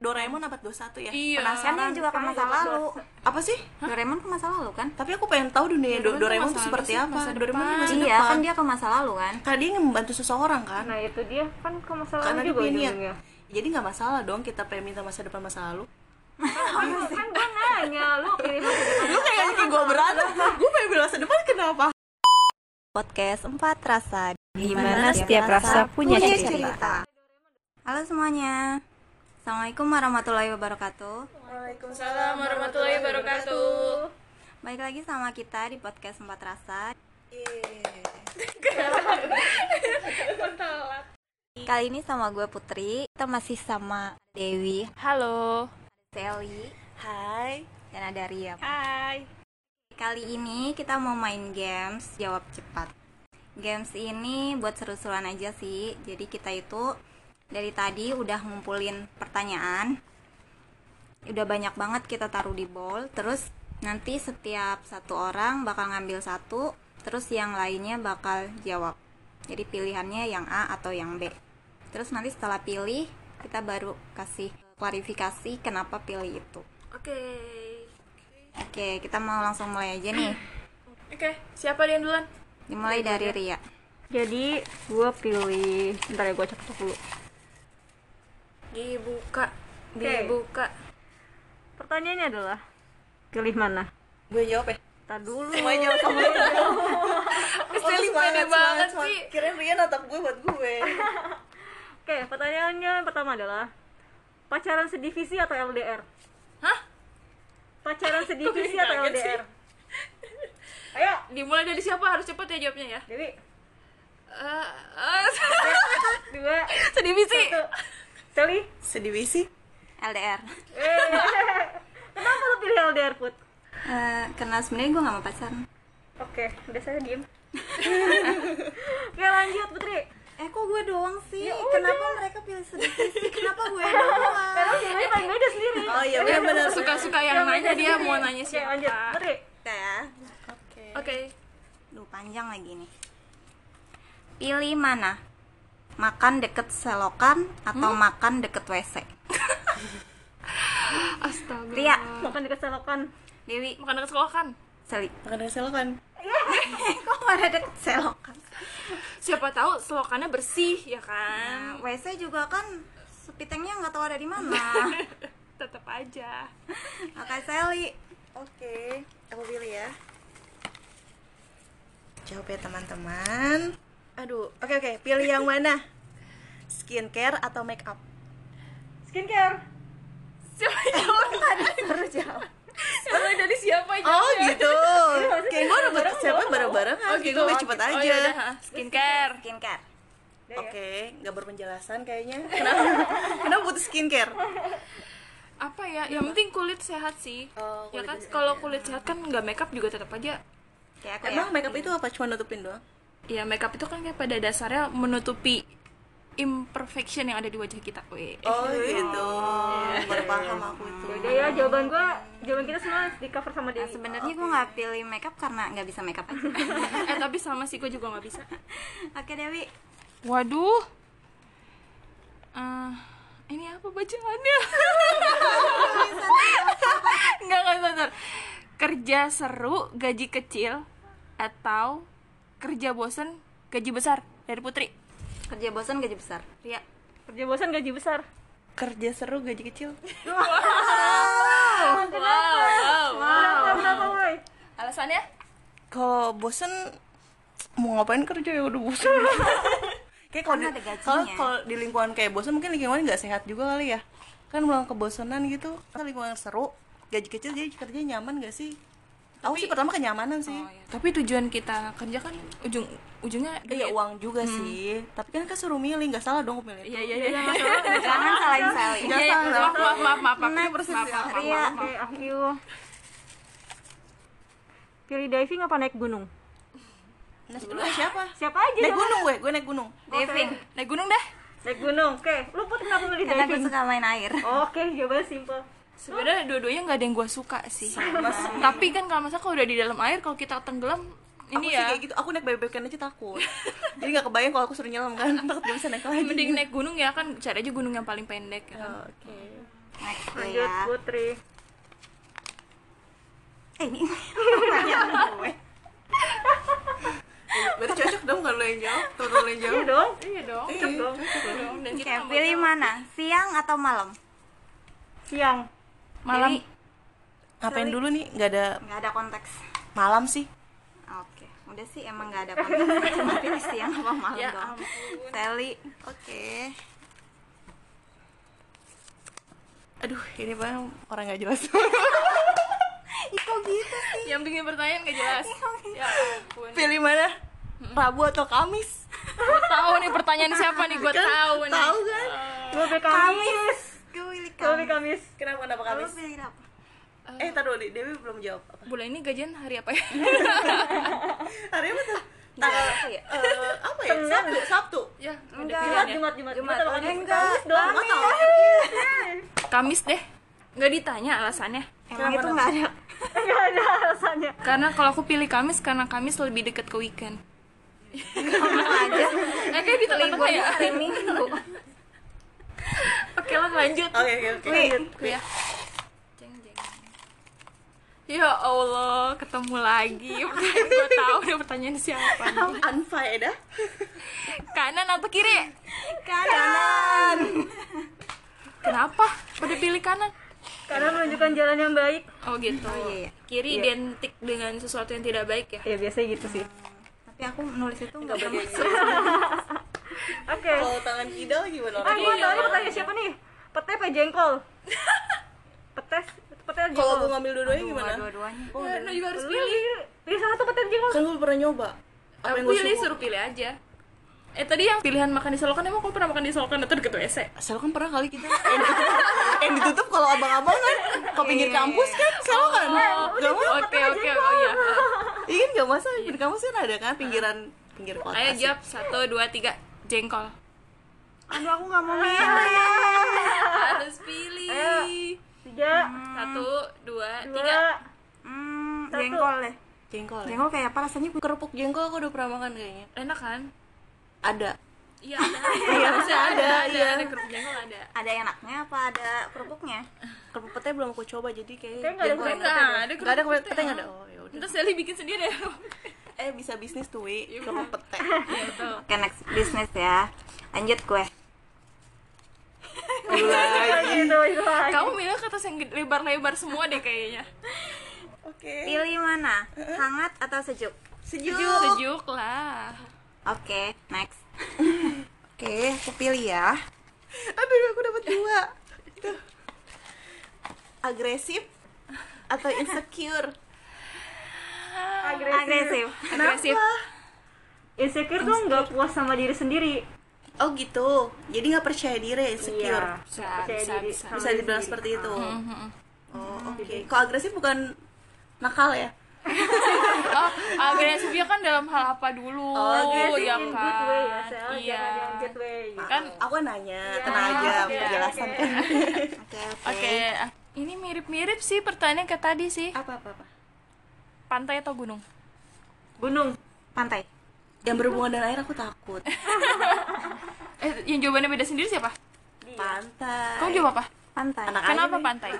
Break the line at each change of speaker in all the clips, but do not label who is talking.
Doraemon abad 21 ya?
Iya.
Kan dia juga ke
Makanya
masa
abad
lalu.
Apa sih?
Doraemon ke masa lalu kan?
Tapi aku pengen tahu dunia Do- Doraemon
Doraemon
itu
tuh masa
seperti
lalu sih,
apa.
masa
Doraemon tuh
depan.
masa
Iya,
depan.
kan dia ke masa lalu kan?
Karena dia ingin membantu seseorang kan.
Nah itu dia kan ke masa lalu
Karena dia
juga
punya.
ujungnya.
Jadi nggak masalah dong kita pengen minta masa depan masa lalu.
Kan, kan gue nanya lu pilih masa depan
Lu kayak gitu, ngajakin gue berat. gue pengen bilang masa depan kenapa?
Podcast 4 Rasa.
Dimana setiap rasa punya cerita.
Halo semuanya. Assalamualaikum warahmatullahi wabarakatuh.
Waalaikumsalam warahmatullahi wabarakatuh.
Baik lagi sama kita di podcast 4 Rasa.
Iya.
Kali ini sama gue Putri. Kita masih sama Dewi,
Halo.
Sally,
Hai.
dan ada Riam.
Hai.
Kali ini kita mau main games jawab cepat. Games ini buat seru-seruan aja sih. Jadi kita itu dari tadi udah ngumpulin pertanyaan. Udah banyak banget kita taruh di bowl. Terus nanti setiap satu orang bakal ngambil satu, terus yang lainnya bakal jawab. Jadi pilihannya yang A atau yang B. Terus nanti setelah pilih, kita baru kasih klarifikasi kenapa pilih itu.
Oke.
Oke, kita mau langsung mulai aja nih.
Oke, siapa dia yang duluan?
Dimulai dari Ria.
Jadi gue pilih Bentar ya gue cek dulu
Dibuka.
Oke.
Dibuka.
Pertanyaannya adalah Pilih mana?
Gue jawab ya.
Ntar dulu
Semuanya sama gue. Oh,
Sally pede banget sih.
Kirain Rian natap gue buat gue.
Oke pertanyaannya yang pertama adalah Pacaran sedivisi atau LDR?
Hah?
Pacaran sedivisi
Kok
atau
kaget sih?
LDR? Ayo
Dimulai dari siapa? Harus cepet ya jawabnya ya.
Dewi
Eh, eh,
Dua
sedih sih.
Satu Sally
Sedivisi.
LDR.
Eh, Kenapa lu pilih LDR Put?
Eh, karena sebenarnya gue gak mau pacaran.
Oke, udah saya diem. Oke lanjut Putri.
Eh kok gue doang sih? Kenapa mereka pilih sedikit sih? Kenapa gue doang?
Karena sebenarnya paling beda sendiri.
Oh iya benar-benar.
Suka-suka yang nanya dia mau nanya
Oke lanjut
siapa. Oke.
Putri.
Kita ya. Duh panjang lagi nih. Pilih mana? Makan deket selokan atau makan deket WC?
Astaga.
Ria,
Makan dekat selokan.
Dewi,
Makan dekat sekolah kan?
Seli.
Makan dari selokan.
kok ada deket selokan?
Siapa tahu selokannya bersih ya kan?
Nah, WC juga kan sepitengnya nggak tahu ada di mana.
Tetap aja.
Oke Seli.
Oke, aku pilih ya. Jawab ya teman-teman. Aduh, oke oke, pilih yang mana? Skincare atau make up?
Skincare.
Siapa jawab?
Baru jawab.
Mulai dari siapa
Oh
jawabnya?
gitu. Kayak gue rebut siapa bareng-barengan.
Iya. Oh
Kayak
gitu.
gue biar ah. cepet
Oh,
aja.
yaudah, ha. skincare.
Skincare.
Oke, nggak berpenjelasan kayaknya. Kenapa? Kenapa butuh skincare?
Apa ya? Yang penting kulit sehat sih.
Iya. Oh,
ya
kulit
kan
sehat
kalau kulit sehat kan nggak makeup juga tetap aja.
Kayak
Iya.
aku
Emang
ya.
make up itu apa? Cuma nutupin doang?
Ya makeup itu kan kayak pada dasarnya menutupi imperfection yang ada di wajah kita. Weh.
Oh gitu.
Iya.
Baru paham aku itu.
Udah ya jawaban gua, jawaban kita semua di cover sama
Nah,
Dewi.
sebenarnya gue nggak pilih makeup karena nggak bisa makeup aja.
eh tapi sama sih gue juga nggak bisa.
Oke Dewi,
Waduh. Eh, ini apa bacaannya? Enggak, enggak, bentar. Kerja seru, gaji kecil atau kerja bosen, gaji besar dari Putri.
kerja bosan gaji besar.
Ria.
Kerja bosan gaji besar.
Kerja seru gaji kecil.
Wow, wow,
Kenapa kenapa woi?
Alasannya?
Kalau bosen mau ngapain kerja ya udah bosen. kayak kalau
Kan
di-
ada gajinya.
kalau kalau di lingkungan kayak bosen mungkin lingkungan nggak sehat juga kali ya. Kan melawan kebosanan gitu. Kalau lingkungan seru, gaji kecil jadi kerja nyaman gak sih? Aku sih pertama kenyamanan
Oh,
sih.
iya. Tapi tujuan kita kerja kan ujung ujungnya
Iya uang juga sih, tapi kan kan suruh milih, nggak salah dong aku milih.
Iya, iya, iya.
Jangan salahin Sally.
Nggak
Iya,
salah.
Maaf, maaf, maaf, maaf.
Benar,
Maaf,
persis,
maaf,
ya.
maaf,
Ria.
maaf.
Oke, aku. Pilih diving apa naik gunung?
Nah sebelumnya siapa?
Siapa aja?
Naik
yang-
gunung gue, gue naik gunung.
Diving.
Naik gunung dah.
Naik gunung. Oke, lu Put kenapa pilih
Karena gue
diving?
suka main air.
Oke, jawaban simple.
sebenarnya dua-duanya nggak ada yang gue suka sih tapi kan kalau masa kalau udah di dalam air kalau kita tenggelam
Aku sih
ini ya
kayak gitu, aku naik bebek-bebekan aja takut. Jadi nggak kebayang kalau aku suruh nyelam kan, takut gak bisa naik lagi.
mending naik gunung ya kan cari aja gunung yang paling pendek ya kan.
Oke.
Next gue
Lanjut
ya.
Putri.
Eh ini
Berarti cocok dong kalau lo yang jauh, temen lo yang jauh.
Iya dong.
Iya dong.
Iya,
Cocok dong.
cocok
Iya dong. Dan
Oke,
kita nggak
pilih
mau
mana? Siang atau malam?
Siang.
tahu. malam
Pilih.
Ngapain dulu nih? Gak ada
nggak ada konteks.
malam sih.
Oke, udah sih emang nggak ada konteks. Cuma pilih siang apa malam
Ya
doang. Sally, oke.
Aduh, ini bang orang gak jelas.
Ih, kok gitu sih? gitu?
yang bikin pertanyaan gak jelas. ya ampun.
Pilih mana? Rabu atau Kamis?
Gua tahu nih pertanyaan siapa nih gua tahu nih.
Tahu kan?
Gue pilih Kamis.
Gue pilih
Gue
kamu.
pilih Kamis.
Oh. Kenapa kenapa
Kamu
Kamis?
pilih apa?
Eh, taruh dulu, Dewi belum jawab. Apa?
Bulan ini gajian hari apa ya?
Hari apa tuh?
Tanggal apa ya?
Eh, apa ya? Sabtu, Sabtu.
ya, udah
Enggak.
pilihan
Jumat,
ya.
Jumat, Jumat.
Jumat.
Jumat sama Kamis.
Enggak,
Kamis dong.
Kamu tahu?
Kamis deh. Gak ditanya alasannya.
Emang itu nggak ada.
Enggak ada alasannya.
Karena kalau aku pilih Kamis karena Kamis lebih dekat ke weekend.
Kamu aja.
Eh kayak di tengah-tengah
Liburnya
ya.
hari Minggu.
Oke lah lanjut.
Oke, oke, oke.
Aku ya. Jeng jeng. Ya Allah, ketemu lagi. Pertanyaan gua tahu udah pertanyaan siapa. nih.
Anfaedah.
Kanan atau kiri?
Kanan.
Kenapa? Udah pilih kanan.
Karena menunjukkan jalan yang baik.
Oh gitu.
iya, iya.
Kiri identik dengan sesuatu yang tidak baik ya.
Ya biasanya gitu sih.
Tapi aku nulis itu nggak bermaksud.
Oke.
Kalau tangan kidal gimana
Ah,
orang?
gue tahu nih pertanyaan siapa nih? Pete apa jengkol? Petes, pete
Kalau
atau jengkol.
gue ngambil dua-duanya gimana?
Gimana? Dua-duanya.
Ya, no, juga harus
Lu
pilih.
Pilih salah satu pete atau jengkol.
Kan gue pernah nyoba. Apa yang
Aku
gue
pilih
suka?
suruh pilih aja. Eh tadi yang pilihan makan di Solokan emang kamu pernah makan di Solokan atau deket WC?
Selalu kan pernah kali kita yang ditutup, yang ditutup kalau abang-abang kan ke pinggir kampus kan selalu kan
iya.
nggak mau
Oke oke oh iya.
iya kan nggak masalah pinggir kampus kan ada kan pinggiran pinggir kota
Ayo
sih.
jawab satu dua tiga jengkol.
Aduh, aku nggak mau milih.
Harus pilih.
Tiga,
Satu dua
dua,
Hmm, tiga.
Hmm, jengkol deh.
jengkol ya?
Jengkol kayak apa rasanya?
kerupuk jengkol aku udah pernah makan kayaknya
Enak kan?
ada
Iya ada. Iya
pasti ada,
Ada
iya.
ada kerupuk jengkol ada.
Ada enaknya apa ada kerupuknya?
kerupuk petai belum aku coba jadi kayak
Kayaknya nggak ada
jengkol.
kerupuk
Enggak ada
nggak ada kerupuk
kerupuk
petai
ya.
nggak ada oh ya udah
Ntar Sally bikin sendiri ya.
eh bisa bisnis tuh wi kerupuk petai
Iya betul.
Oke, next bisnis ya. Lanjut gue.
lagi itu itu lagi.
Kamu milih kertas yang gede- lebar-lebar semua deh kayaknya.
oke
Pilih mana? Hangat atau Iya, sejuk?
sejuk
Sejuk lah.
Oke, next. Oke, aku pilih ya.
aduh aku dapat dua Tuh. agresif atau insecure
Agresif.
Agresif.
Agresif.
Insecure tuh nggak puas sama diri sendiri.
Oh gitu, jadi nggak percaya diri, insecure.
Iya.
Bisa,
Percaya
bisa,
diri.
bisa.
sama
Bisa
diri
dibilang
sendiri.
seperti itu. Oh oke. Kalau agresif bukan nakal ya?
Oh, agresifnya kan dalam hal apa dulu?
Agresif
ya kan?
in good way ya, Sel.
Iya.
Jangan yang bad way.
Kan
Aku nanya, tenang aja,
Iya.
penjelasan kan.
Oke,
oke. ah, Ini mirip-mirip sih pertanyaan kayak tadi sih.
Apa apa apa?
Pantai atau gunung?
Gunung.
Pantai.
Yang berhubungan dengan air aku takut.
Eh, yang jawabannya beda sendiri siapa?
Pantai.
Kamu jawab apa?
Pantai.
Anak air.
Kenapa pantai?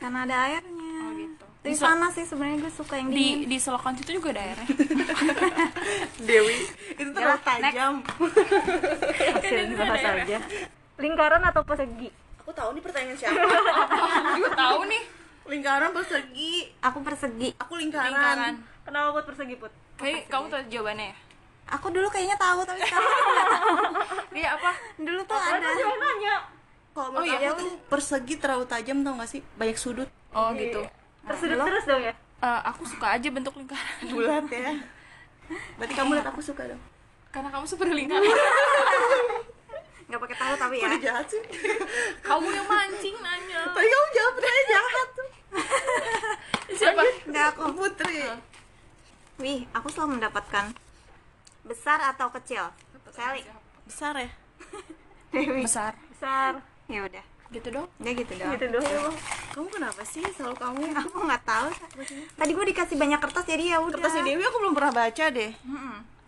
Karena ada airnya.
gitu.
Di sana sih sebenarnya gue suka yang dingin.
Di di selokan itu juga daerah.
Dewi. Itu terlalu tajam.
Sini bahas aja. Lingkaran atau persegi?
Aku tahu nih pertanyaan siapa.
Gue tahu nih.
Lingkaran persegi.
Aku persegi.
Aku lingkaran.
Lingkaran.
Kenapa buat persegi put?
Kayak kamu tahu jawabannya ya?
Aku dulu kayaknya tahu tapi sekarang
Iya apa?
dulu tuh ada.
Jangan nanya.
Kalau menurut
Oh, iya.
aku tuh persegi terlalu tajam tau gak sih? Banyak sudut.
Oh gitu.
Tersudut terus dong ya.
Eh, aku suka aja bentuk lingkaran.
Bulat ya. Berarti kamu lihat aku suka dong.
Karena kamu super lingkaran.
Gak pakai tahu tapi ya.
Udah jahat sih.
kamu yang mancing nanya.
Tapi kamu jawab pertanyaan jahat.
Siapa?
Enggak aku.
Putri.
Wih, aku selalu mendapatkan besar atau kecil. Sally.
Besar ya?
Besar.
Besar.
Ya udah.
Gitu dong.
Udah gitu doang.
Gitu doang.
Oh, Kamu kenapa sih selalu kamu?
Aku nggak tahu. Tadi gue dikasih banyak kertas jadi ya udah.
Kertasnya Dewi aku belum pernah baca deh.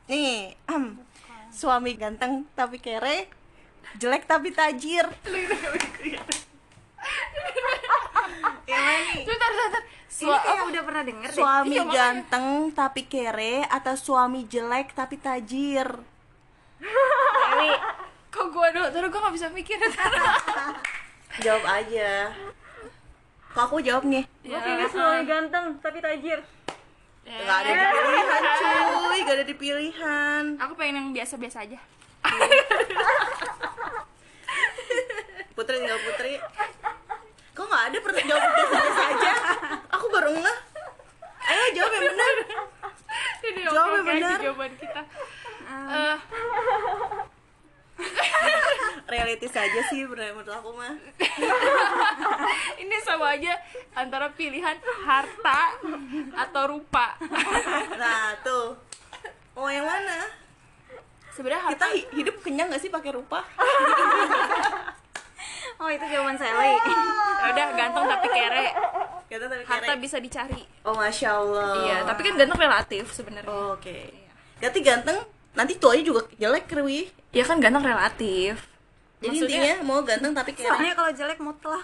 Nih, em, suami ganteng Iya, tapi kere, jelek tapi tajir.
ini kayak udah pernah denger deh.
Suami ganteng tapi kere atau suami jelek tapi tajir?
Kok gue dulu, terus gue gak bisa mikir
Jawab aja. Kok aku jawab nih?
Gue
Ah, Iya.
pilih suami ganteng tapi tajir.
Gak ada di pilihan cuy, gak ada di pilihan.
Aku pengen yang biasa-biasa aja
Putri tinggal Putri. Kok nggak ada per- jawab biasa saja? Aku baru ngeh. Ayo jawab yang benar.
Ini
Jawab
oke-oke
yang
aja
benar.
jawaban kita Eh,
Reality saja sih bener- menurut aku mah.
Eh, Ini sama aja antara pilihan harta atau rupa
Nah tuh. Mau yang mana?
Sebenarnya
Kita
harta
hi- hidup kenyang gak sih pakai rupa?
Oh, itu jawaban Sally.
Ya udah ganteng tapi kere
Ganteng tapi
Harta
kere.
bisa dicari
Oh masya Allah.
Iya, tapi kan ganteng relatif sebenarnya
Oke. Ganti ganteng, nanti tuanya juga jelek kerwi.
Ya kan ganteng relatif
Jadi
Maksudnya-
intinya mau ganteng tapi kere.
Soalnya kalau jelek mutlak.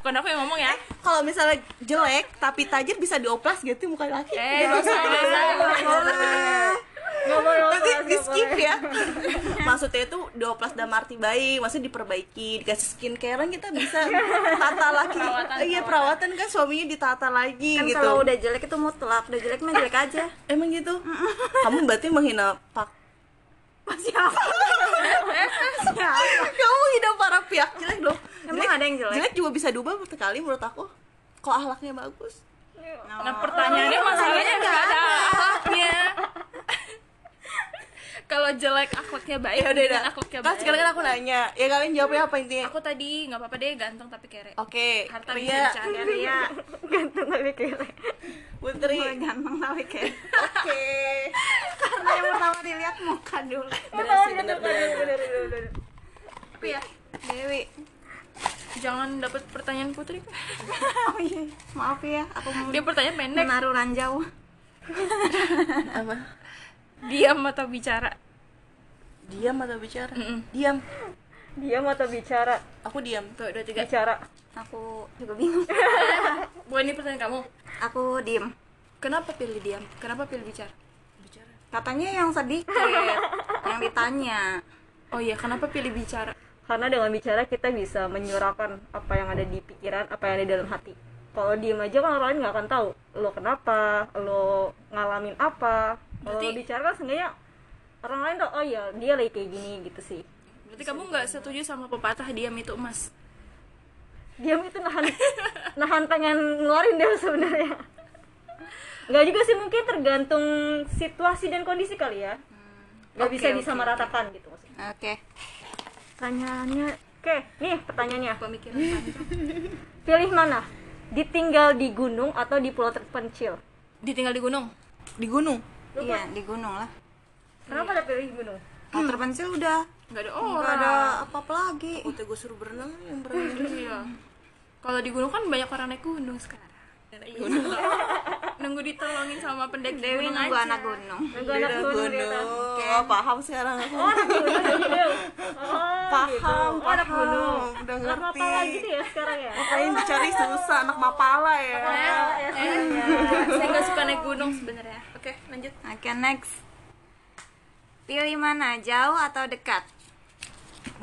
Bukan aku yang ngomong ya
Kalau misalnya jelek tapi tajir bisa dioplas gitu muka laki.
Eh, gak usah, gak usah,
Iya,
gak usah.
Nggak boleh
Nanti
lepas,
di
nggak
skip
boleh.
ya. Maksudnya itu dioplas dalam arti baik, maksudnya diperbaiki, dikasih skincare kan kita bisa tata lagi. iya perawatan kan suaminya ditata lagi
Kan
gitu.
kalau udah jelek itu mutlak, udah jelek mah jelek aja.
Emang gitu. Kamu berarti menghina pak Kamu menghina para pihak jelek dong.
Emang ada yang jelek?
Jelek juga bisa diubah berkali menurut aku. Kalau ahlaknya bagus.
Nah pertanyaannya masalahnya nggak ada akhlaknya. Kalau jelek akhlaknya
Ya
baik,
udah udah.
dengan akhlaknya
Kan
Iya, baik.
sekarang kan aku nanya, ya kalian jawabnya apa intinya?
Aku tadi nggak apa-apa deh ganteng tapi kere.
Oke,
Harta
Ria,
bisa dicari.
Ria,
Ganteng tapi
Iya,
kere.
Putri.
Ganteng tapi kayak
Oke.
karena yang pertama dilihat muka dulu.
Benar sih, benar benar.
Tapi ya Dewi, jangan dapat pertanyaan putri.
Oh, iya. Maaf ya, aku mau
Dia pertanyaan pendek.
menaruh ranjau.
Apa?
Diam atau bicara?
Diam atau bicara?
Mm-mm.
Diam.
Diam atau bicara?
Aku diam.
Tuh dua tiga.
Bicara.
Aku juga bingung.
Bukan ini pertanyaan kamu.
Aku diem.
Kenapa pilih diam? Kenapa pilih bicara?
Katanya yang sedikit yang ditanya.
Oh iya, kenapa pilih bicara?
Karena dengan bicara kita bisa menyuarakan apa yang ada di pikiran, apa yang ada di dalam hati. Kalau diem aja kan orang lain nggak akan tahu lo kenapa, lo ngalamin apa. Kalau
Berarti-
bicara kan seenggaknya orang lain tuh oh ya dia lagi kayak gini gitu sih.
Berarti kamu nggak setuju sama pepatah diam itu emas.
Diam itu nahan nahan pengen ngeluarin dia sebenarnya. Nggak juga sih mungkin tergantung situasi dan kondisi kali ya. Nggak bisa disamaratakan gitu maksudnya.
Oke.
Pertanyaannya, oke, nih pertanyaannya.
Pemikiran panjang.
Pilih mana? Ditinggal di gunung atau di pulau terpencil?
Ditinggal di gunung.
Di gunung.
Iya, di gunung lah.
Kenapa ada pilih gunung?
Kalau terpencil udah
Nggak ada orang.
nggak ada apa-apa lagi.
Waktu gue Oh, suruh berenang yang berenang.
Iya. Kalau di gunung kan banyak orang naik gunung sekarang. Iya. Nunggu ditolongin sama pendaki
Dewi
gunung
nunggu
aja.
anak gunung.
Nunggu anak gunung, ternyata.
Oh, paham sekarang
Gitu.
aku.
Gunung, gunung. Oh,
paham,
gitu. Oh, anak gunung.
paham. Udah ngerti.
Apa lagi tuh ya sekarang ya?
Makanya dicari susah anak mapala ya.
Eh, eh, saya nggak suka naik gunung sebenarnya. Oke, lanjut.
Oke, next. Pilih mana, jauh atau dekat?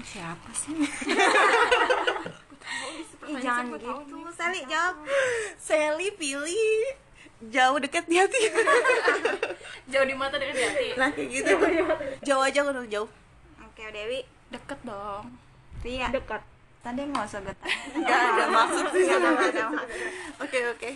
Siapa sih? Ih, jangan gitu, Sally jawab.
Sally pilih jauh dekat di hati.
Jauh di mata dekat di hati.
nah, kayak gitu.
Iya,
Jauh aja aku udah jauh.
Oke, Dewi.
Deket dong.
Ria.
Dekat.
Tadi nggak usah bertanya.
Gak ada maksud sih. Oke, oke.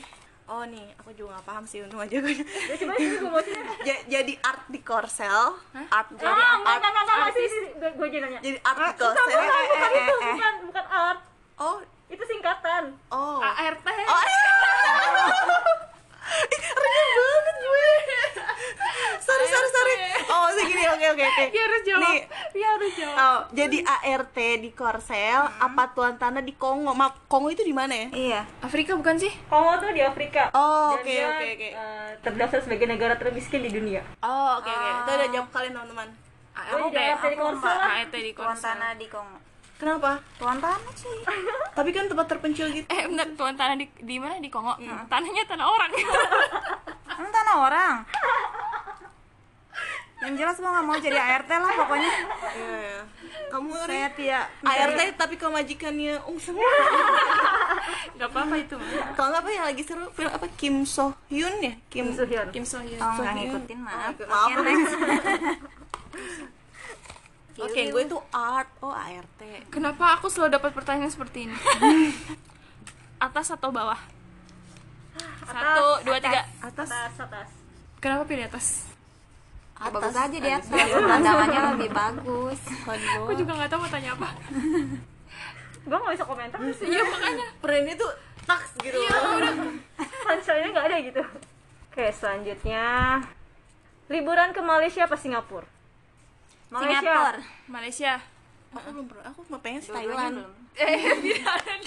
Oh nih, aku juga gak paham sih untung aja gue.
Ya coba sih gue mau sih.
Ja- jadi art di Korsel, art jadi
Ah, enggak,
art,
enggak, enggak, enggak sih. Gue aja nanya.
jadi art di Korsel.
Bukan, bukan
eh,
itu, bukan, bukan art.
Oh,
Itu singkatan.
oh.
ART.
Oh, iya. Ih, Renyah banget gue. Sorry, sorry, sorry. Oh, maksudnya gini. Oke, oke, oke.
Dia Ya, harus jawab.
Nih,
Dia harus jawab.
oh, jadi ART di Korsel, apa tuan tanah di Kongo? Maaf, Kongo itu di mana ya?
Iya.
Afrika bukan sih?
Kongo tuh di Afrika.
Oh,
Dan
oke,
dia,
oke, oke.
eh, Terdaftar sebagai negara termiskin di dunia.
Oh, oke, oke. Itu udah jawab kalian, teman-teman.
Oh, iya,
Gue jadi ART di Korsel lah.
ART Nah, di Korsel.
Kuantana di Kongo.
Kenapa?
Tuan tanah cuy
Tapi kan tempat terpencil gitu.
eh bener tuan tanah di, di mana di Kongo tanahnya tanah orang
Emang tanah orang Yang jelas gue gak mau jadi ART lah pokoknya
Iya, iya. Kamu
Saya tidak
ART tapi ke majikannya Ung semua.
nggak apa apa itu mah.
Kalau nggak apa yang lagi seru film apa Kim So Hyun ya? Kim,
Kim So Hyun.
Kim So Hyun.
Oh
So
gak
Hyun.
ngikutin maaf
Oh,
Oke
maaf.
next
Oke, gue itu art. Oh, ART.
kenapa aku selalu dapat pertanyaan seperti ini atas atau bawah satu dua tiga
Atas
atas atas
kenapa pilih atas
Bagus aja di atas Pandangannya lebih bagus
kalau di
aku
bawah.
juga nggak tahu mau tanya apa
gue gak bisa komentar
Hmm.
sih
iya makanya
Perannya tuh taks gitu.
punchline-nya gak ada gitu oke selanjutnya liburan ke Malaysia apa Singapura
Singapura
Malaysia
Aku belum pernah. Aku mau pengen sih Thailand.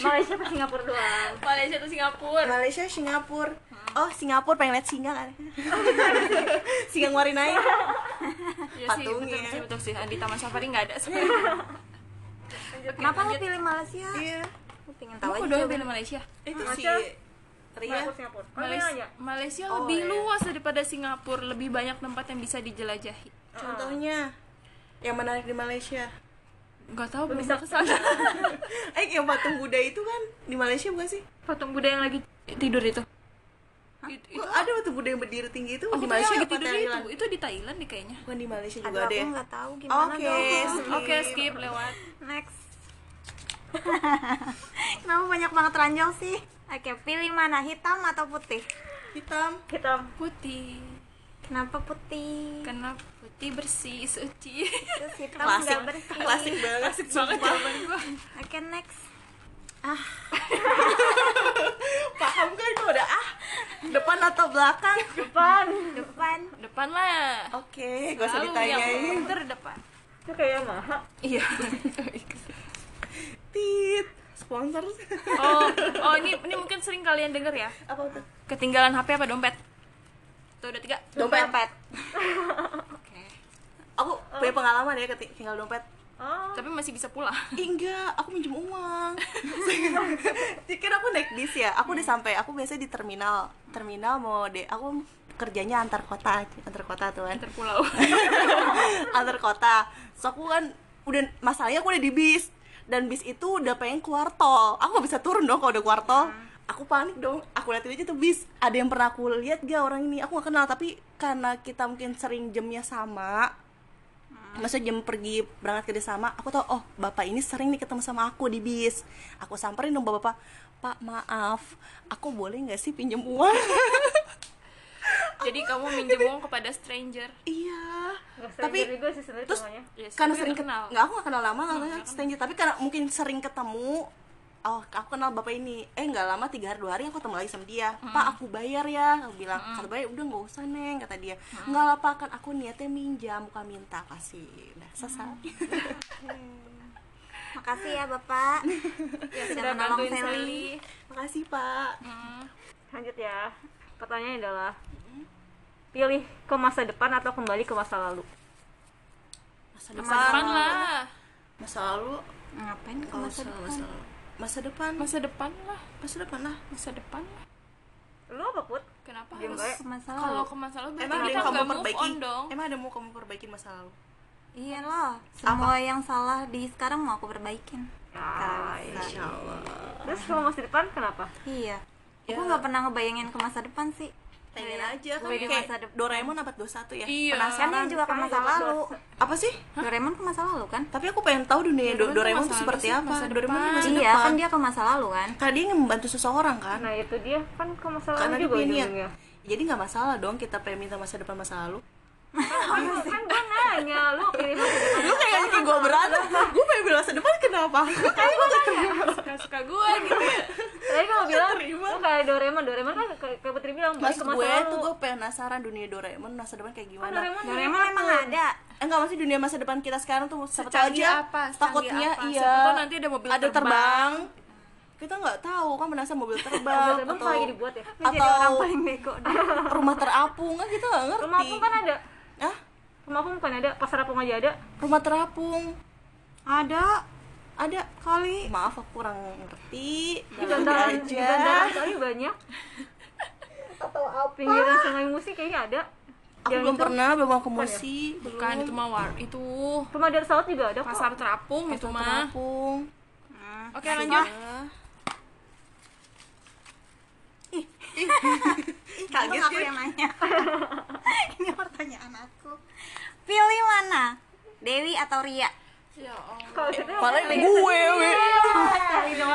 Malaysia apa Singapura doang
Malaysia atau Singapura
Malaysia, Singapura. Oh, Singapura pengen lihat singa kan. singa nguarin aja.
Iya sih, betul,
Patungnya.
betul, betul sih. Di Taman Safari nggak ada sebenarnya.
Kenapa lu pilih Malaysia?
Iya.
Lu pengen tahu
Tahu
aja
udah
jawabannya.
pilih Malaysia.
Itu si
Malaysia?
Ria.
Singapura Singapura Kamu yang
Malaysia, Oh, iya,
nanya?
Malaysia lebih luas daripada Singapura, lebih banyak tempat yang bisa dijelajahi.
Contohnya yang menarik di Malaysia.
Gak tahu belum bisa kesana.
Eh, yang patung Buddha itu kan di Malaysia bukan sih?
Patung Buddha yang lagi tidur itu. It-
Kok
Itu
ada waktu Buddha yang berdiri tinggi itu
oh,
di
di
Malaysia
lagi
apa
tidur
Thailand?
itu. Itu di Thailand deh kayaknya.
Bukan di Malaysia
Aduh
juga ada
aku
ya?
gak tahu gimana
Oke,
dong
skip.
Oke, skip lewat.
Next Kenapa banyak banget ranjau sih? Oke, pilih mana? Hitam atau putih?
hitam.
hitam
Putih.
Kenapa putih?
Karena putih bersih, suci.
Terus hitam
Klasik,
nggak bersih
klasik banget.
Asik banget jawaban gua.
Oke, next
Paham kan itu udah ah depan atau belakang?
depan
Depan
Depan lah.
Oke, gak usah
Lalu yang
ditanyain.
terdepan.
itu kayak maha
Iya.
Tit, sponsor.
Oh, oh ini ini mungkin sering kalian dengar ya.
Apa tuh?
Ketinggalan HP apa dompet? Tuh udah tiga.
Dompet. Aku punya pengalaman ya ketika tinggal dompet.
oh
Tapi masih bisa pulang.
Ih, enggak, aku minjem uang. Jadi aku naik bis ya. Aku udah sampai. Aku biasanya di terminal. Terminal mau deh. Aku kerjanya antar kota, antar kota tuh kan.
Antar pulau.
antar kota. So aku kan udah masalahnya aku udah di bis dan bis itu udah pengen keluar tol. Aku gak bisa turun dong kalau udah keluar tol. Aku panik dong. Aku liatin aja tuh bis. Ada yang pernah aku lihat gak orang ini? Aku gak kenal tapi karena kita mungkin sering jamnya sama. Maksudnya jam pergi berangkat kerja sama, aku tau oh bapak ini sering nih ketemu sama aku di bis. Aku samperin dong bapak, Pak maaf, aku boleh nggak sih pinjem uang?
Jadi kamu minjem uang kepada stranger.
iya.
nggak sering
Tapi
jadi gue sih sebenarnya
terus-
semuanya
Yes,
karena
gue
sering
Ya, kenal. Hmm,
kenal nggak aku nggak kenal lama nggak kenal stranger tapi karena mungkin sering ketemu oh aku kenal bapak ini eh nggak lama tiga hari dua hari aku ketemu lagi sama dia
Hmm.
pak aku bayar ya aku bilang kata bayar udah nggak usah neng kata dia
Hmm.
nggak lah pak kan aku niatnya minjam bukan minta kasih udah
Hmm.
selesai
Makasih ya Bapak ya, Sudah menolong
bantuin
Sally
Sally.
makasih pak
Hmm.
lanjut ya pertanyaannya adalah pilih ke masa depan atau kembali ke masa lalu
masa
Masa depan lah.
masa lalu
Ngapain ke masa depan?
masa lalu. masa depan
Masa depan lah.
masa depan lah
Masa depan lah.
lu apa put
Kenapa
Diam
harus
Ke
gue.
masa lalu?
kalau ke masa lalu berarti
emang ada
kita
yang kamu
nggak move
perbaiki
on dong.
emang ada yang mau kamu perbaikin masa lalu
Iya loh Semua yang salah di sekarang mau aku perbaikin Kalau bisa.
insyaallah
terus ke masa depan kenapa
Iya Aku nggak pernah ngebayangin ke masa depan sih
pengen aja kan
gue di
kayak
masa depan.
Doraemon abad 21 ya
Iya.
Karena
penasaran
juga ke masa lalu
apa sih
Doraemon ke masa lalu kan?
tapi aku pengen tahu dunia Do-
Doraemon
Doraemon tuh
tuh masa lalu
seperti
sih,
apa
masa
Doraemon
depan.
tuh masa
Iya
depan
kan dia ke masa lalu kan?
karena dia ingin membantu seseorang kan
nah itu dia kan ke masa lalu
karena dia
juga
punya niat
ujung-ujungnya
jadi nggak masalah dong kita pengen minta masa depan masa lalu Eh,
kan gue nanya lu pilih masa depan
lu kayak bikin gue berat gue pengen bilang masa depan kenapa kayak gue
Suka-suka gue gitu ya.
tadi kalau bilang lu kayak Doraemon Doraemon kan kayak kayak Putri bilang
Mas
balik ke masa
gue
lalu
tuh gue penasaran dunia Doraemon masa depan kayak gimana
Doraemon
Doraemon emang ada
Enggak masih dunia masa depan kita sekarang tuh siapa tahu
Secanggih
aja
apa, secanggih
takutnya
apa.
iya
Siapa tahu nanti ada mobil terbang.
terbang. kita nggak tahu kan penasaran mobil terbang
Doraemon
atau
lagi dibuat ya
Jadi
Atau-
orang paling bego deh.
rumah terapung kan kita nggak ngerti
rumah aku kan ada
Hah?
rumah aku bukan ada pasar apung aja ada
rumah terapung
Ada
Ada kali. Maaf aku kurang ngerti.
Di
Dalam
bantaran, di bantaran
aja.
kali banyak
Atau apa?
pinggiran sungai musi kayaknya ada.
Aku
Yang
belum
itu
pernah, belum mau ke
ya?
Musi.
bukan itu mah war itu
Pemadam sawit juga ada
pasar
kok.
terapung itu mah Iya,
Kampung.
Hmm.
oke lanjut
Kaget
Untung
kan?
aku yang nanya ini pertanyaan aku pilih mana Dewi atau Ria
iya.
Kalau kita
Malah gue,
Iya.
we. Ih, Ya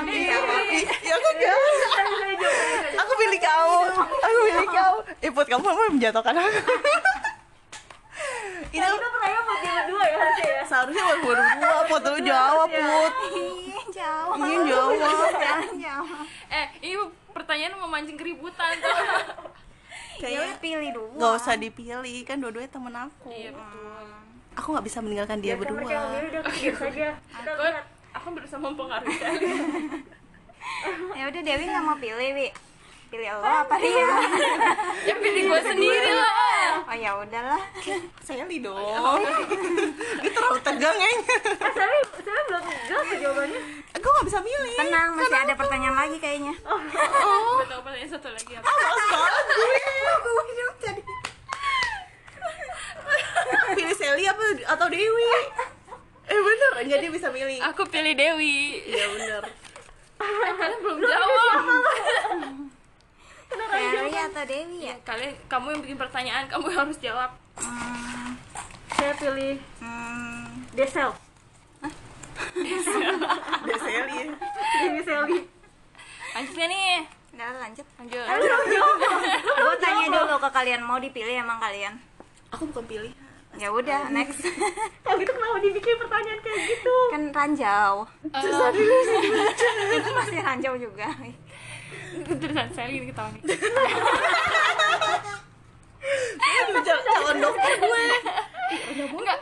aku bilang, aku pilih kamu, aku pilih kamu. Iput kamu mau menjatuhkan aku. Ini
kita pernah ya buat dia berdua ya
Iya,
harusnya ya.
seharusnya buat buat gua, put lu jawab,
Iya.
put.
Ih, jauh
Ini jawab.
jangan jauh
eh ini pertanyaan memancing keributan
ya udah pilih dulu
Gak usah dipilih, kan dua-duanya temen aku.
iya betul
Aku gak bisa meninggalkan dia
Biarkan mereka
berdua. Iya.
memilih udah pikir saja. Kita
aku,
lihat.
aku berusaha mempengaruhi kalian
ya udah Dewi nggak mau pilih Wi pilih lo apa Ria
ya pilih gue sendiri lah
oh ya udahlah
Sally dong. Dia terlalu tegang, Eng.
Eh, saya saya belum jelas tuh jawabannya.
Aku gak bisa milih.
tenang masih ada pertanyaan lagi kayaknya
oh. tahu pertanyaan satu lagi apa
Iya, Pilih Sally apa atau Dewi? Eh bener, enggak dia bisa milih.
aku pilih Dewi
Ya bener.
kalian belum jawab
ya, Ria atau Dewi ya
kalian kamu yang bikin pertanyaan kamu yang harus jawab
hmm,
Saya pilih
hmm,
Desel.
Ada Sally.
Jadi Sally.
lanjutnya nih
udah lanjut
lanjut
gue tanya dulu ke kalian mau dipilih emang kalian
Aku bukan pilih.
ya udah next
Kalau gitu kenapa dibikin pertanyaan kayak gitu?
kan ranjau
Eh,
itu masih ranjau juga
tulisan Sally ini ketahuan nih.
calon dokter gue.
enggak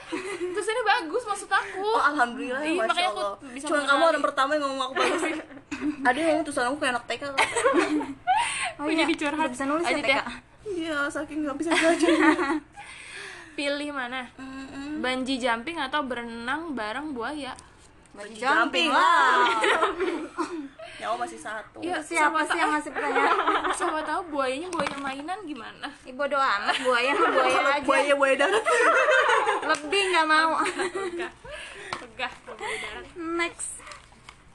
tulisannya bagus maksud aku
Oh alhamdulillah
Iya,
ya, masya
makanya aku
Allah.
bisa
Cuma kamu
mengenali.
orang pertama yang ngomong aku bagus. Ada yang ngomong tulisan aku kayak anak TK.
oh
Aku jadi curhat.
udah bisa nulis ya
Lanjut
TK
ya.
Iya, saking gak bisa belajar.
pilih mana banji jumping atau berenang bareng buaya
baju
Jumping
jumping
lah. Nyawa masih satu.
ya
siapa sih yang ngasih pertanyaan
siapa tahu buayanya buaya mainan gimana
Ibu doa amat buaya mah buaya aja
Buaya buaya darat.
lebih nggak mau
pegah pegah pegah darat
next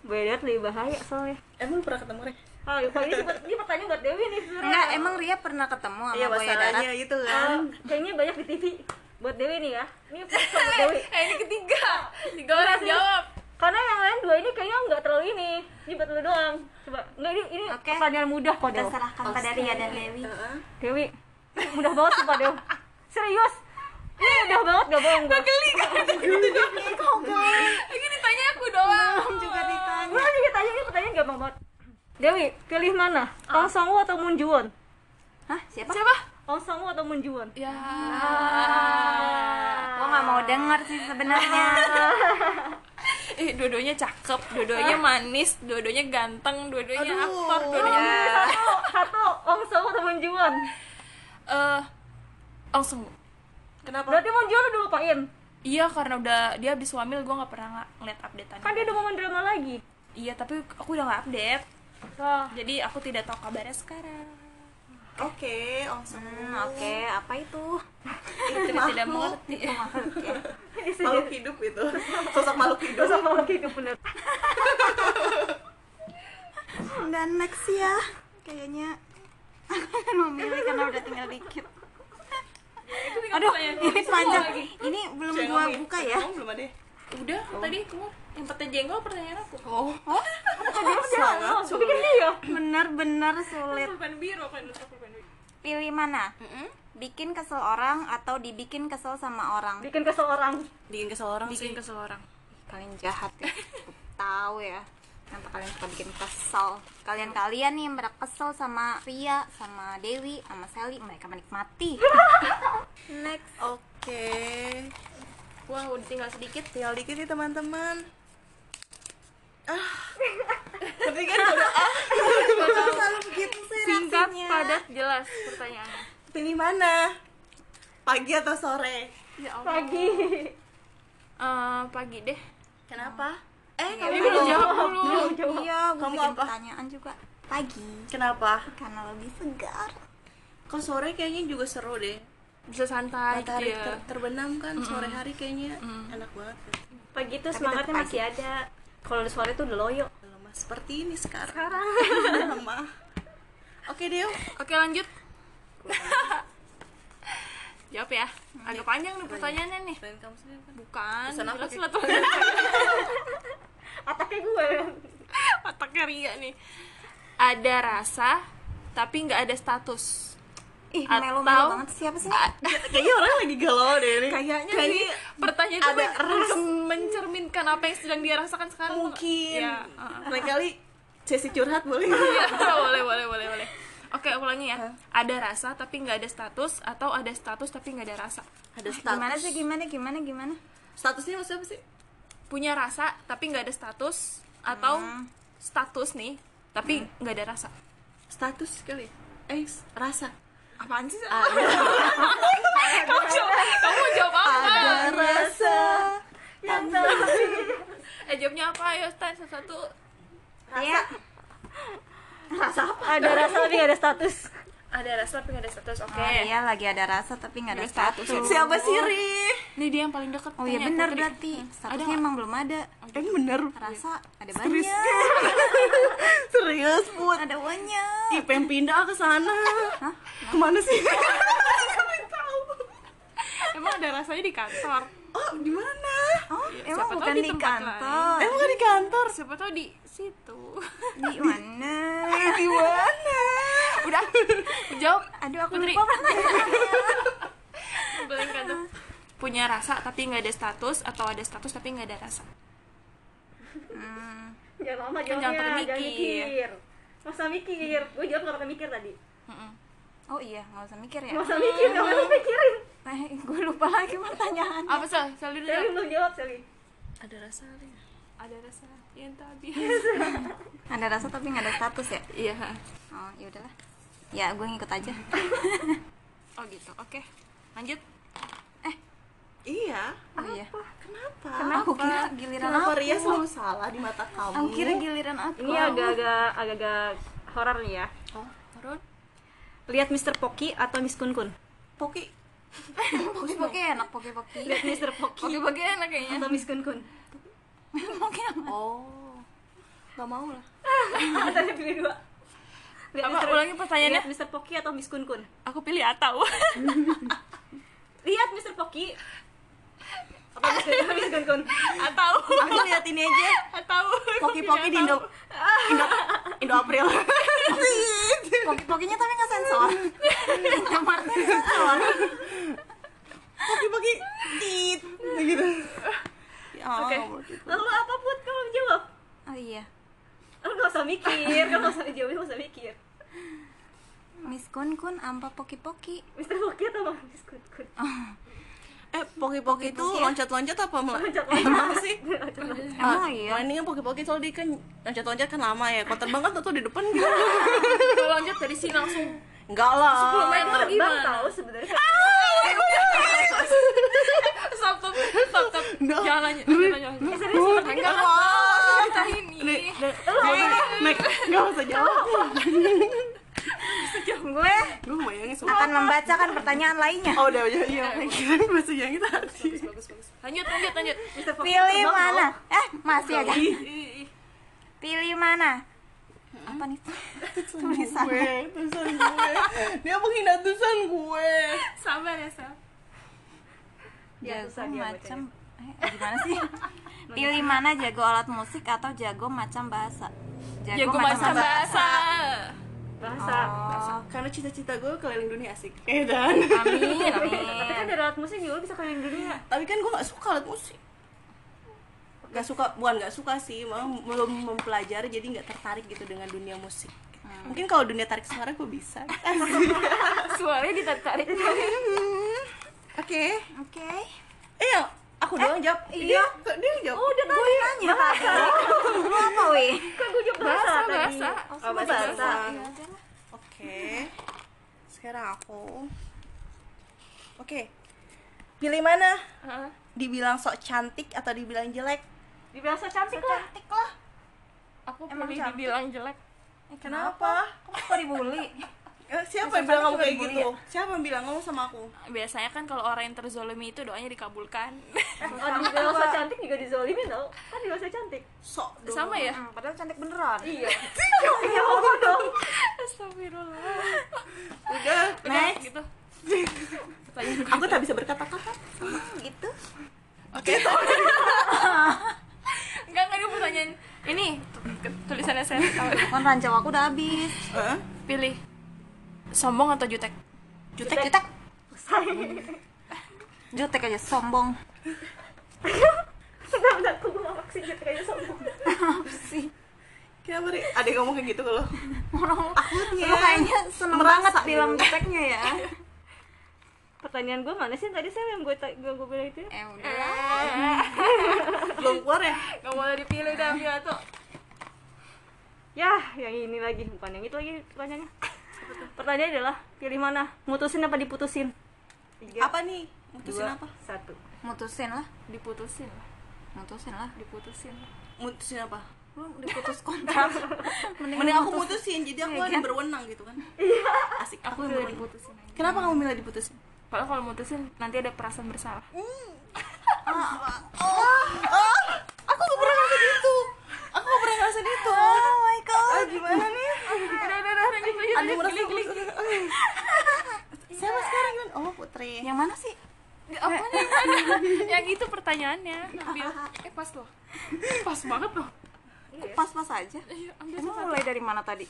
Bedat lebih bahaya soalnya.
Emang lu pernah ketemu Re?
Oh, iya, kalau ini, sempet- ini pertanyaan buat Dewi nih. sebenarnya.
enggak emang Ria pernah ketemu sama
Iya
buaya darat
masalahnya itu
Oh,
kan.
kayaknya banyak di TV buat Dewi nih ya. Ini pertanyaan buat Dewi.
eh ini ketiga tiga orang jawab
Karena yang lain dua ini kayaknya nggak terlalu ini. Ini buat lu doang. Coba. Nggak ini ini
Oke.
pertanyaan mudah kok
kita
Dewi.
serahkan pada Ria dan Dewi
Dewi. Mudah banget sumpah Dewi. Serius. Ini mudah banget gak bohong gue.
geli kan ini ditanya aku doang
juga ditanya
Gue lagi tanya ini pertanyaan gampang banget. Dewi, pilih mana?
Ah.
Ong Sang Woo atau Moon Juwon?
hah siapa
siapa
Ong Sang Woo atau Moon Juwon?
ya
Gua Oh, nggak mau denger sih sebenarnya
eh dua-duanya cakep dua-duanya manis dua-duanya ganteng dua-duanya
Aduh.
aktor dua-duanya
Iya.
Satu, Oh, satu Ong Sang Woo atau Moon Juwon?
eh langsung
Kenapa?
Berarti Moon Juwon udah lupain.
iya karena udah dia habis wamil gue nggak pernah ng- ngeliat updatean
Kan dia udah mau main drama lagi.
iya tapi aku udah nggak update
Wah,
jadi aku tidak tahu kabarnya sekarang
Oke, langsung.
hmm, oke apa itu
itu tidak mengerti
Makhluk hidup gitu. itu. Sosok makhluk hidup.
dosa malah kayak bener.
dan next ya kayaknya akan memilih karena udah tinggal dikit
aduh
ini panjang ini belum gua buka ya
Kamu belum ada. ya?
udah tadi kamu yang petai jengkol pertanyaan aku
Oh,
Oh, gue pikir dia ya.
bener-bener sulit
pulpen biru kan untuk pulpen biru
pilih mana bikin kesel orang atau dibikin kesel sama orang
Bikin kesel orang.
bikin kesel orang
bikin
sih.
kesel orang
kalian jahat ya tahu ya kenapa kalian suka bikin kesel kalian kalian nih yang pada kesel sama Ria sama Dewi sama Sally mereka menikmati next
Oke.
wah udah tinggal sedikit
Tinggal dikit nih teman-teman. Ah. Ngerti kan udah ah. Selalu begitu sih
singkat
reaksinya.
padat jelas pertanyaannya
Pilih mana? Pagi atau sore?
ya Allah
Pagi.
Eh, pagi deh
Kenapa? Eh, kamu
Ini
dulu.
belum jawab dulu.
Iya, gue
Kamu
bikin
apa?
pertanyaan juga pagi
Kenapa?
karena lebih segar.
Kok sore kayaknya juga seru deh.
Bisa santai gitu
Matahari
ya.
ter- terbenam kan sore hari kayaknya enak banget.
Pagi itu
Tapi
gitu, semangatnya
tetap
masih ada. Kalau sore itu udah loyo.
Lemah seperti ini sekarang. Sekarang lemah. Oke, Deo.
Oke lanjut. Jawab ya. Agak panjang nih pertanyaannya nih.
Keren kamu sendiri kan.
Bukan.
Pesan apa sih?
jelas lah tuh.
Otaknya gue.
Otaknya Ria nih. Ada rasa tapi nggak ada status. Ah,
Ih,
Atau-
melo-melo banget siapa sih?
A-
Kayaknya orang lagi galau deh ini.
Kayaknya nih pertanyaan itu
ada
men-
ras.
mencerminkan apa yang sedang dia rasakan sekarang. tuh nggak?
mungkin.
Ya, uh.
Iya. Lain kali sesi curhat boleh.
Iya, boleh boleh boleh boleh oke aku ulangi ya ada rasa tapi nggak ada status atau ada status tapi nggak ada rasa
Ada
Gimana
status.
sih gimana gimana gimana?
Statusnya maksudnya apa sih?
punya rasa tapi nggak ada status atau status nih tapi nggak ada rasa
Status kali. Eh, s- rasa.
apaan sih kamu jawab kamu mau jawab apa
rasa.
eh jawabnya apa ayo Stan satu satu
Iya.
ada rasa tapi gak ada status.
ada rasa tapi nggak ada status oke
Oh, iya lagi ada rasa tapi nggak ada status.
Siapa sih, Ri?
ini dia yang paling dekat
Oh iya
kayaknya,
benar
aku Hmm, tadi.
berarti statusnya
nggak?
emang belum ada.
Ini bener.
Rasa ada
Serius.
banyak.
Serius, Put.
Ada banyak.
Iya.
Ih, pengen pindah ke sana. Kemana sih?
emang ada rasanya di kantor
Oh, di mana?
Oh,
Iya, siapa
emang
tahu
bukan
di
di
tempat
kantor.
Eh, bukan di kantor.
siapa tahu di situ
Di mana?
Di mana?
udah jawab
Aduh, aku
Putri.
lupa pertanyaannya.
Blank kan tuh. punya rasa tapi nggak ada status atau ada status tapi nggak ada rasa
Hmm,
Jangan lama
Kan
jawabnya,
jangan
jangan
mikir.
mikir. Gak usah mikir. Gue jawab gak pakai mikir tadi.
Mm-mm.
Oh iya, nggak usah mikir ya.
Gak usah mikir, gak usah mikirin.
Eh, gue lupa lagi pertanyaan.
apa sel sel dulu
Sally
Sel.
belum jawab, Sally.
ada rasa Rin. ada rasa yang tadi
Ada rasa tapi nggak ada status ya.
iya
Oh, ya udahlah. Ya, gue ngikut aja.
oh gitu oke lanjut
Iya.
Oh iya.
Kenapa?
Kenapa? Aku kira giliran
Kenapa
aku.
Ria selalu salah di mata kamu?
Aku kira giliran aku.
Ini agak-agak agak-agak horor nih ya.
Oh,
turun
Lihat Mr. Poki atau Miss Kun Kun?
Poki.
poke-poke enak poke-poke.
Lihat Mr. Poki
oke bagian enak kayaknya
atau Miss Kun Kun?
Poke apa?
Oh. Gak mau lah.
Tadi pilih dua. Lihat
Apa, ulangi pertanyaannya?
Lihat Mr. Poki atau Miss Kun Kun?
aku pilih atau
Lihat Mr. Poki atau Miss Kun Kun? Miss Kun Kun.
atau
Aku lihat ini aja.
atau
Poki-poki di Indo Indo Indo April.
Poke-pokenya tapi nggak sensor. Indomaretnya sensor.
Poki-poki tit gitu. Ya,
Oke.
Poki.
Lalu apa put kamu jawab?
Oh iya.
Lu gak usah mikir, kamu gak usah jawab, gak usah mikir.
Miss Kun Kun ampa poki-poki.
Mr. Poki atau Miss Kun Kun?
Oh.
Eh, poki-poki itu
Poki-poki ya?
loncat-loncat apa mel-
Loncat-loncat.
Eh, apa sih?
Ah,
Emang iya.
Mendingan poki-poki soalnya dia kan loncat-loncat kan lama ya. Kok terbang kan tuh di depan gitu.
Kalau lanjut dari sini langsung
Enggak lah.
Terbang
gimana?
tahu sebenarnya.
stop stop stop stop
No.
jangan lanjut jangan lanjut Eh, serius enggak lah kita ini
Nek, enggak usah jawab.
Gue
Gue bayangin semua.
akan membacakan pertanyaan lainnya.
Oh, udah udah iya. Kira bahasa yang kita hati.
lanjut lanjut lanjut
Pilih mana? Eh, masih aja. Pilih mana? Apa nih? Tulisan.
Gue, tulisan gue. Dia penghina tulisan gue.
sabar ya sel
Jago
susah dia
macam eh, gimana sih? Pilih mana jago alat musik atau jago macam bahasa?
ya gue macam bahasa
Bahasa.
Oh,
Karena cita-cita gue keliling dunia asik. Eh dan.
amin,
Tapi kan
amin.
dari alat musik juga bisa kalian dunia.
Tapi kan gue gak suka alat musik. Gak suka, bukan gak suka sih, malah belum mempelajari jadi gak tertarik gitu dengan dunia musik. Mungkin kalau dunia tarik suara gue bisa.
suaranya ditarik-tarik
Oke.
Oke.
Eh, ya, aku doang jawab. Iya, dia yang jawab.
Oh, udah tadi.
Nanya tadi. Lu apa weh?
Kan gue jawab bahasa,
bahasa
tadi.
bahasa
Oh,
sama bahasa.
bahasa. Iya, udah lah.
Oke. Sekarang aku. Oke. Pilih mana?
Hah?
Dibilang sok cantik atau dibilang jelek?
Dibiasa cantik lah.
Cantik lah. Eh,
Aku
Emang
boleh
cantik.
dibilang jelek.
Kenapa?
Kamu suka dibully?
Eh, Siapa
Masa
yang bilang kamu
kamu juga
kayak
dibully
gitu? Siapa yang bilang ngomong sama aku?
Eh,
Biasanya kan kalau orang yang terzolimi itu doanya dikabulkan.
Oh, dibiasa cantik juga dizolimin tau. Kan dibiasa cantik.
Sok dong.
Sama ya?
Hmm, padahal cantik beneran.
Iya. Iya, ngomong dong.
Astagfirullah.
Udah,
Next gitu. Lanjut.
aku tak bisa berkata-kata.
gitu.
Enggak, enggak dia pertanyaan. Ini tu- tulisannya saya tahu.
Kan rancang aku udah habis.
Hah?
Pilih sombong atau jutek?
Jutek, jutek. Jutek aja sombong.
Bentar, bentar. Aku mau maksi gitu kayaknya sombong.
Kenapa, Ri? Ada yang ngomong kayak gitu ke lo?
Lu kayaknya seneng
Iya. Merasa
banget
gitu.
bilang juteknya ya.
Pertanyaan gue mana sih tadi saya yang gue gue gue bilang itu? ya?
Eh udah.
Belum keluar ya?
Enggak boleh dipilih dah, pilih tuh.
Yah, Ya, yang ini lagi bukan yang itu lagi pertanyaannya. Pertanyaannya adalah pilih mana? Mutusin apa diputusin? Tiga,
Apa nih? Mutusin
dua,
apa?
Satu.
Mutusin lah,
Diputusin lah,
mutusin lah.
diputusin lah.
Mutusin apa?
Lu udah putus kontrak.
Mending aku mutusin, jadi aku ada yang berwenang gitu kan Asik, aku yang berwenang
Diputusin aja.
Kenapa kamu milih diputusin?
Padahal kalau mutusin nanti ada perasaan bersalah.
Oh, Aku gak pernah ngerasa gitu Aku gak pernah ngerasa gitu Oh my god Gimana nih?
Udah, udah, udah, lanjut, lanjut,
Ada
lanjut.
merasa Sama sekarang kan, oh putri
Yang mana sih?
Apa nih? Yang itu gitu pertanyaannya. Ambil. Eh, pas loh. Pas banget loh.
Pas-pas aja.
Ayo, Iya, ambil
Emang
satu.
mulai dari mana tadi?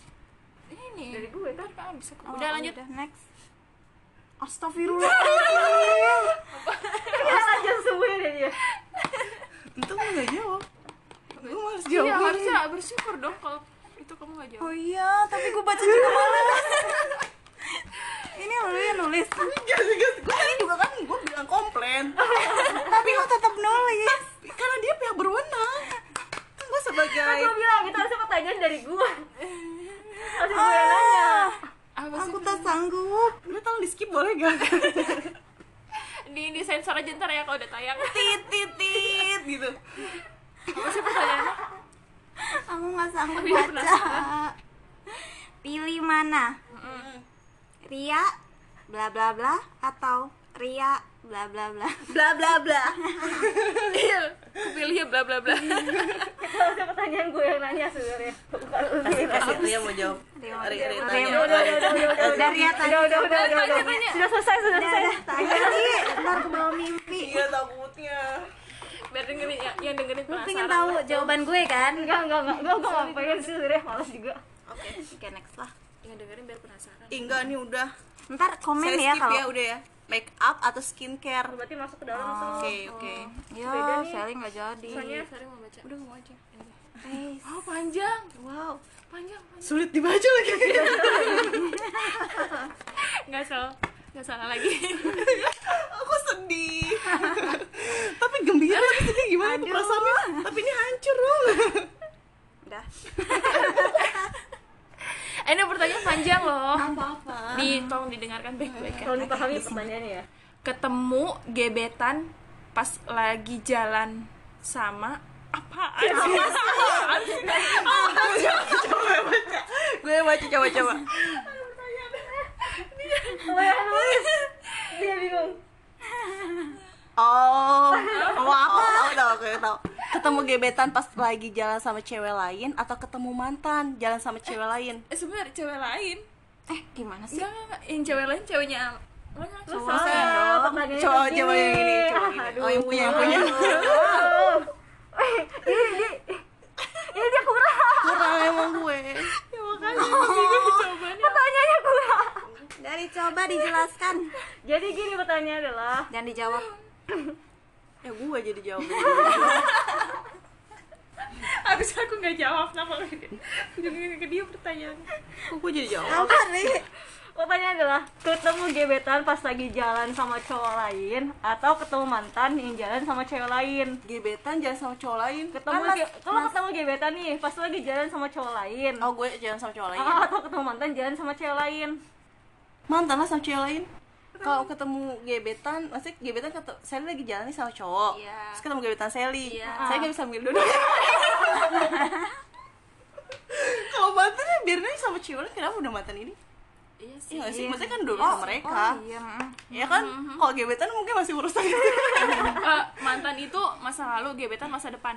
Ini.
Dari gue kan.
Udah, habis aku.
Oh,
Udah, lanjut.
next. Astagfirullah.
Kenapa aja Iya, semuanya dari dia?
Untung lu gak jawab Gue harus jawab
Iya, harusnya bersyukur dong kalau itu kamu gak jawab.
Oh iya, tapi gue baca juga malas. Ini lu yang nulis.
Gas, gas. Gue tadi juga kan gue bilang komplain Tapi lo tetap nulis Karena dia pihak berwenang Kan gue sebagai
Gue bilang itu harusnya pertanyaan dari gue. Harusnya gue yang nanya.
Apa sih?
Aku tak sanggup.
Lu tau di skip boleh gak?
Di, di sensor aja ntar ya kalau udah tayang.
Tit, tit, tit gitu
Apa sih pertanyaannya?
Aku nggak sanggup
Tapi dia
baca. Pilih mana? Ria, bla bla bla, atau Ria, bla bla bla.
Bla bla bla
Iya, aku pilih ya bla bla bla.
Itu harusnya pertanyaan gue yang nanya sebenarnya. Bukan lu.
Kasih, kasih Ria mau jawab
Ria mau
Ria, Ria
jawab.
tanya
Ria
Ria,
mau Udah Ria tadi.
Udah, udah, udah, udah,
Tanya,
udah.
tanya.
Sudah selesai, sudah
Udah,
selesai.
udah, tanya sih. Ntar ke bawah mimpi.
Iya takutnya
Biar dengerin ya, yang dengerin
Lu
penasaran.
pengen tahu jawaban gue kan?
Enggak, enggak, enggak. Gue gue nggak pengen sih sebenarnya malas juga.
Oke
Oke, next lah.
Yang dengerin biar penasaran.
Ih, Enggak nih udah
Ntar komen
Saya
ya
skip ya
kalau.
udah ya Make up atau skincare
Berarti masuk ke
Oh.
dalam langsung.
Oke oke
Ya, Sally nggak jadi.
Soalnya Sari mau baca. Udah mau aja.
Eh,
Oh, panjang.
Wow.
Panjang, panjang.
Sulit dibaca lagi
Enggak salah. Enggak salah lagi.
Aku sedih Tapi gembira tapi sedih gimana tuh perasaannya Tapi ini hancur loh
Udah.
Eh, ini pertanyaan panjang loh.
Apa-apa
Di tolong didengarkan baik-baik ya.
Kalau dipahami pertanyaannya ya.
Ketemu gebetan pas lagi jalan sama apaan sih? Apaan sih?
Gue baca coba-coba
Gue yang nulis. Dia Iya, bingung.
Oh, mau apa? Oh, tau, aku tau. Ketemu gebetan pas lagi jalan sama cewek lain atau ketemu mantan jalan sama cewek lain?
Eh, sebenarnya ada cewek lain.
Eh, gimana sih?
Enggak, enggak, enggak. Yang cewek lain ceweknya Lo yang cowok.
Ah,
Salah, pertanyaannya
Cowok
begini.
coba yang ini, coba yang ini. Oh, yang punya, yang punya.
Aduh. Eh, Ini dia. Ini dia kurang.
Kurang emang gue.
Pertanyaannya kurang.
Dari coba dijelaskan
Jadi gini pertanyaannya adalah
dan dijawab.
Ya gue jadi jawab.
Habis aku nggak jawab nama Ujungnya ke dia pertanyaan.
Kok gue jadi jawab?
Apa nih?
Pertanyaannya adalah ketemu gebetan pas lagi jalan sama cowok lain atau ketemu mantan yang jalan sama cewek lain.
Gebetan jalan sama cowok lain.
Ketemu ge- kalau ketemu gebetan nih pas lagi jalan sama cowok lain Ah,
Oh,
iya.
gue jalan sama cowok lain.
atau ketemu mantan jalan sama cewek lain.
Mantan lah sama cewek lain. kalau ketemu gebetan, maksudnya gebetan kata Sally lagi jalan nih sama cowok,
Iya.
terus ketemu gebetan Sally,
Iya.
saya gak bisa milih dulu. kalau mantan ya biarin aja sama cewek, kenapa udah mantan ini?
Iya sih.
Iya nggak sih, maksudnya kan dulu sama mereka,
oh iya mm.
ya kan? Kalau gebetan mungkin masih urusan itu.
Eh, mantan itu masa lalu, gebetan masa depan.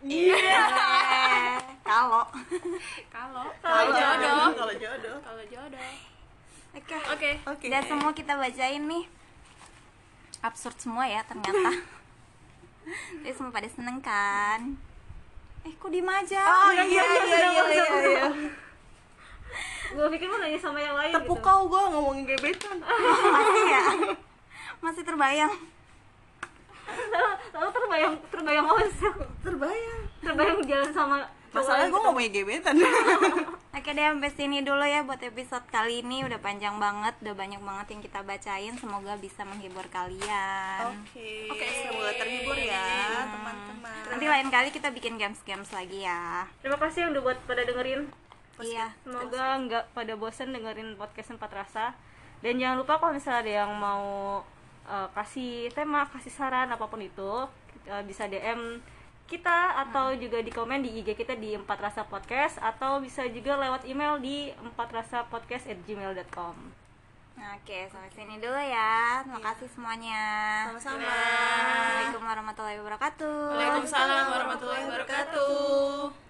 Iya.
Eh, kalau
Kalau
Kalau
kalau jodoh,
kalau jodoh.
kalau jodoh.
oke
Oke.
Oke.
udah semua kita bacain nih absurd semua ya ternyata Tapi semua pada seneng kan eh kok diem aja
Oh iya iya iya iya. iya.
gue pikir mau nanya sama yang lain gitu.
Terpukau gue ngomongin gebetan.
masih ya masih terbayang
lalu terbayang terbayang awas
Terbayang.
terbayang jalan sama cowok
Masalahnya
yang
gue
kita-
ngomongin gebetan.
Oke deh, sampai sini dulu ya buat episode kali ini udah panjang banget, udah banyak banget yang kita bacain. Semoga bisa menghibur
Oh.
kalian.
Oke. Oke, semoga terhibur ya teman-teman.
Nanti lain kali kita bikin games-games lagi ya.
terima kasih yang udah buat pada dengerin
Iya.
semoga nggak pada bosen dengerin podcast empat rasa dan jangan lupa kalau misalnya ada yang mau eh, kasih tema kasih saran apapun itu eh, bisa dm kita atau juga di komen di IG kita di empat rasa podcast atau bisa juga lewat email di empat rasa podcast at gmail.com
Nah, Oke, sampai sini dulu ya. Terima kasih semuanya.
Sama-sama.
Assalamualaikum warahmatullahi wabarakatuh.
Waalaikumsalam warahmatullahi wabarakatuh.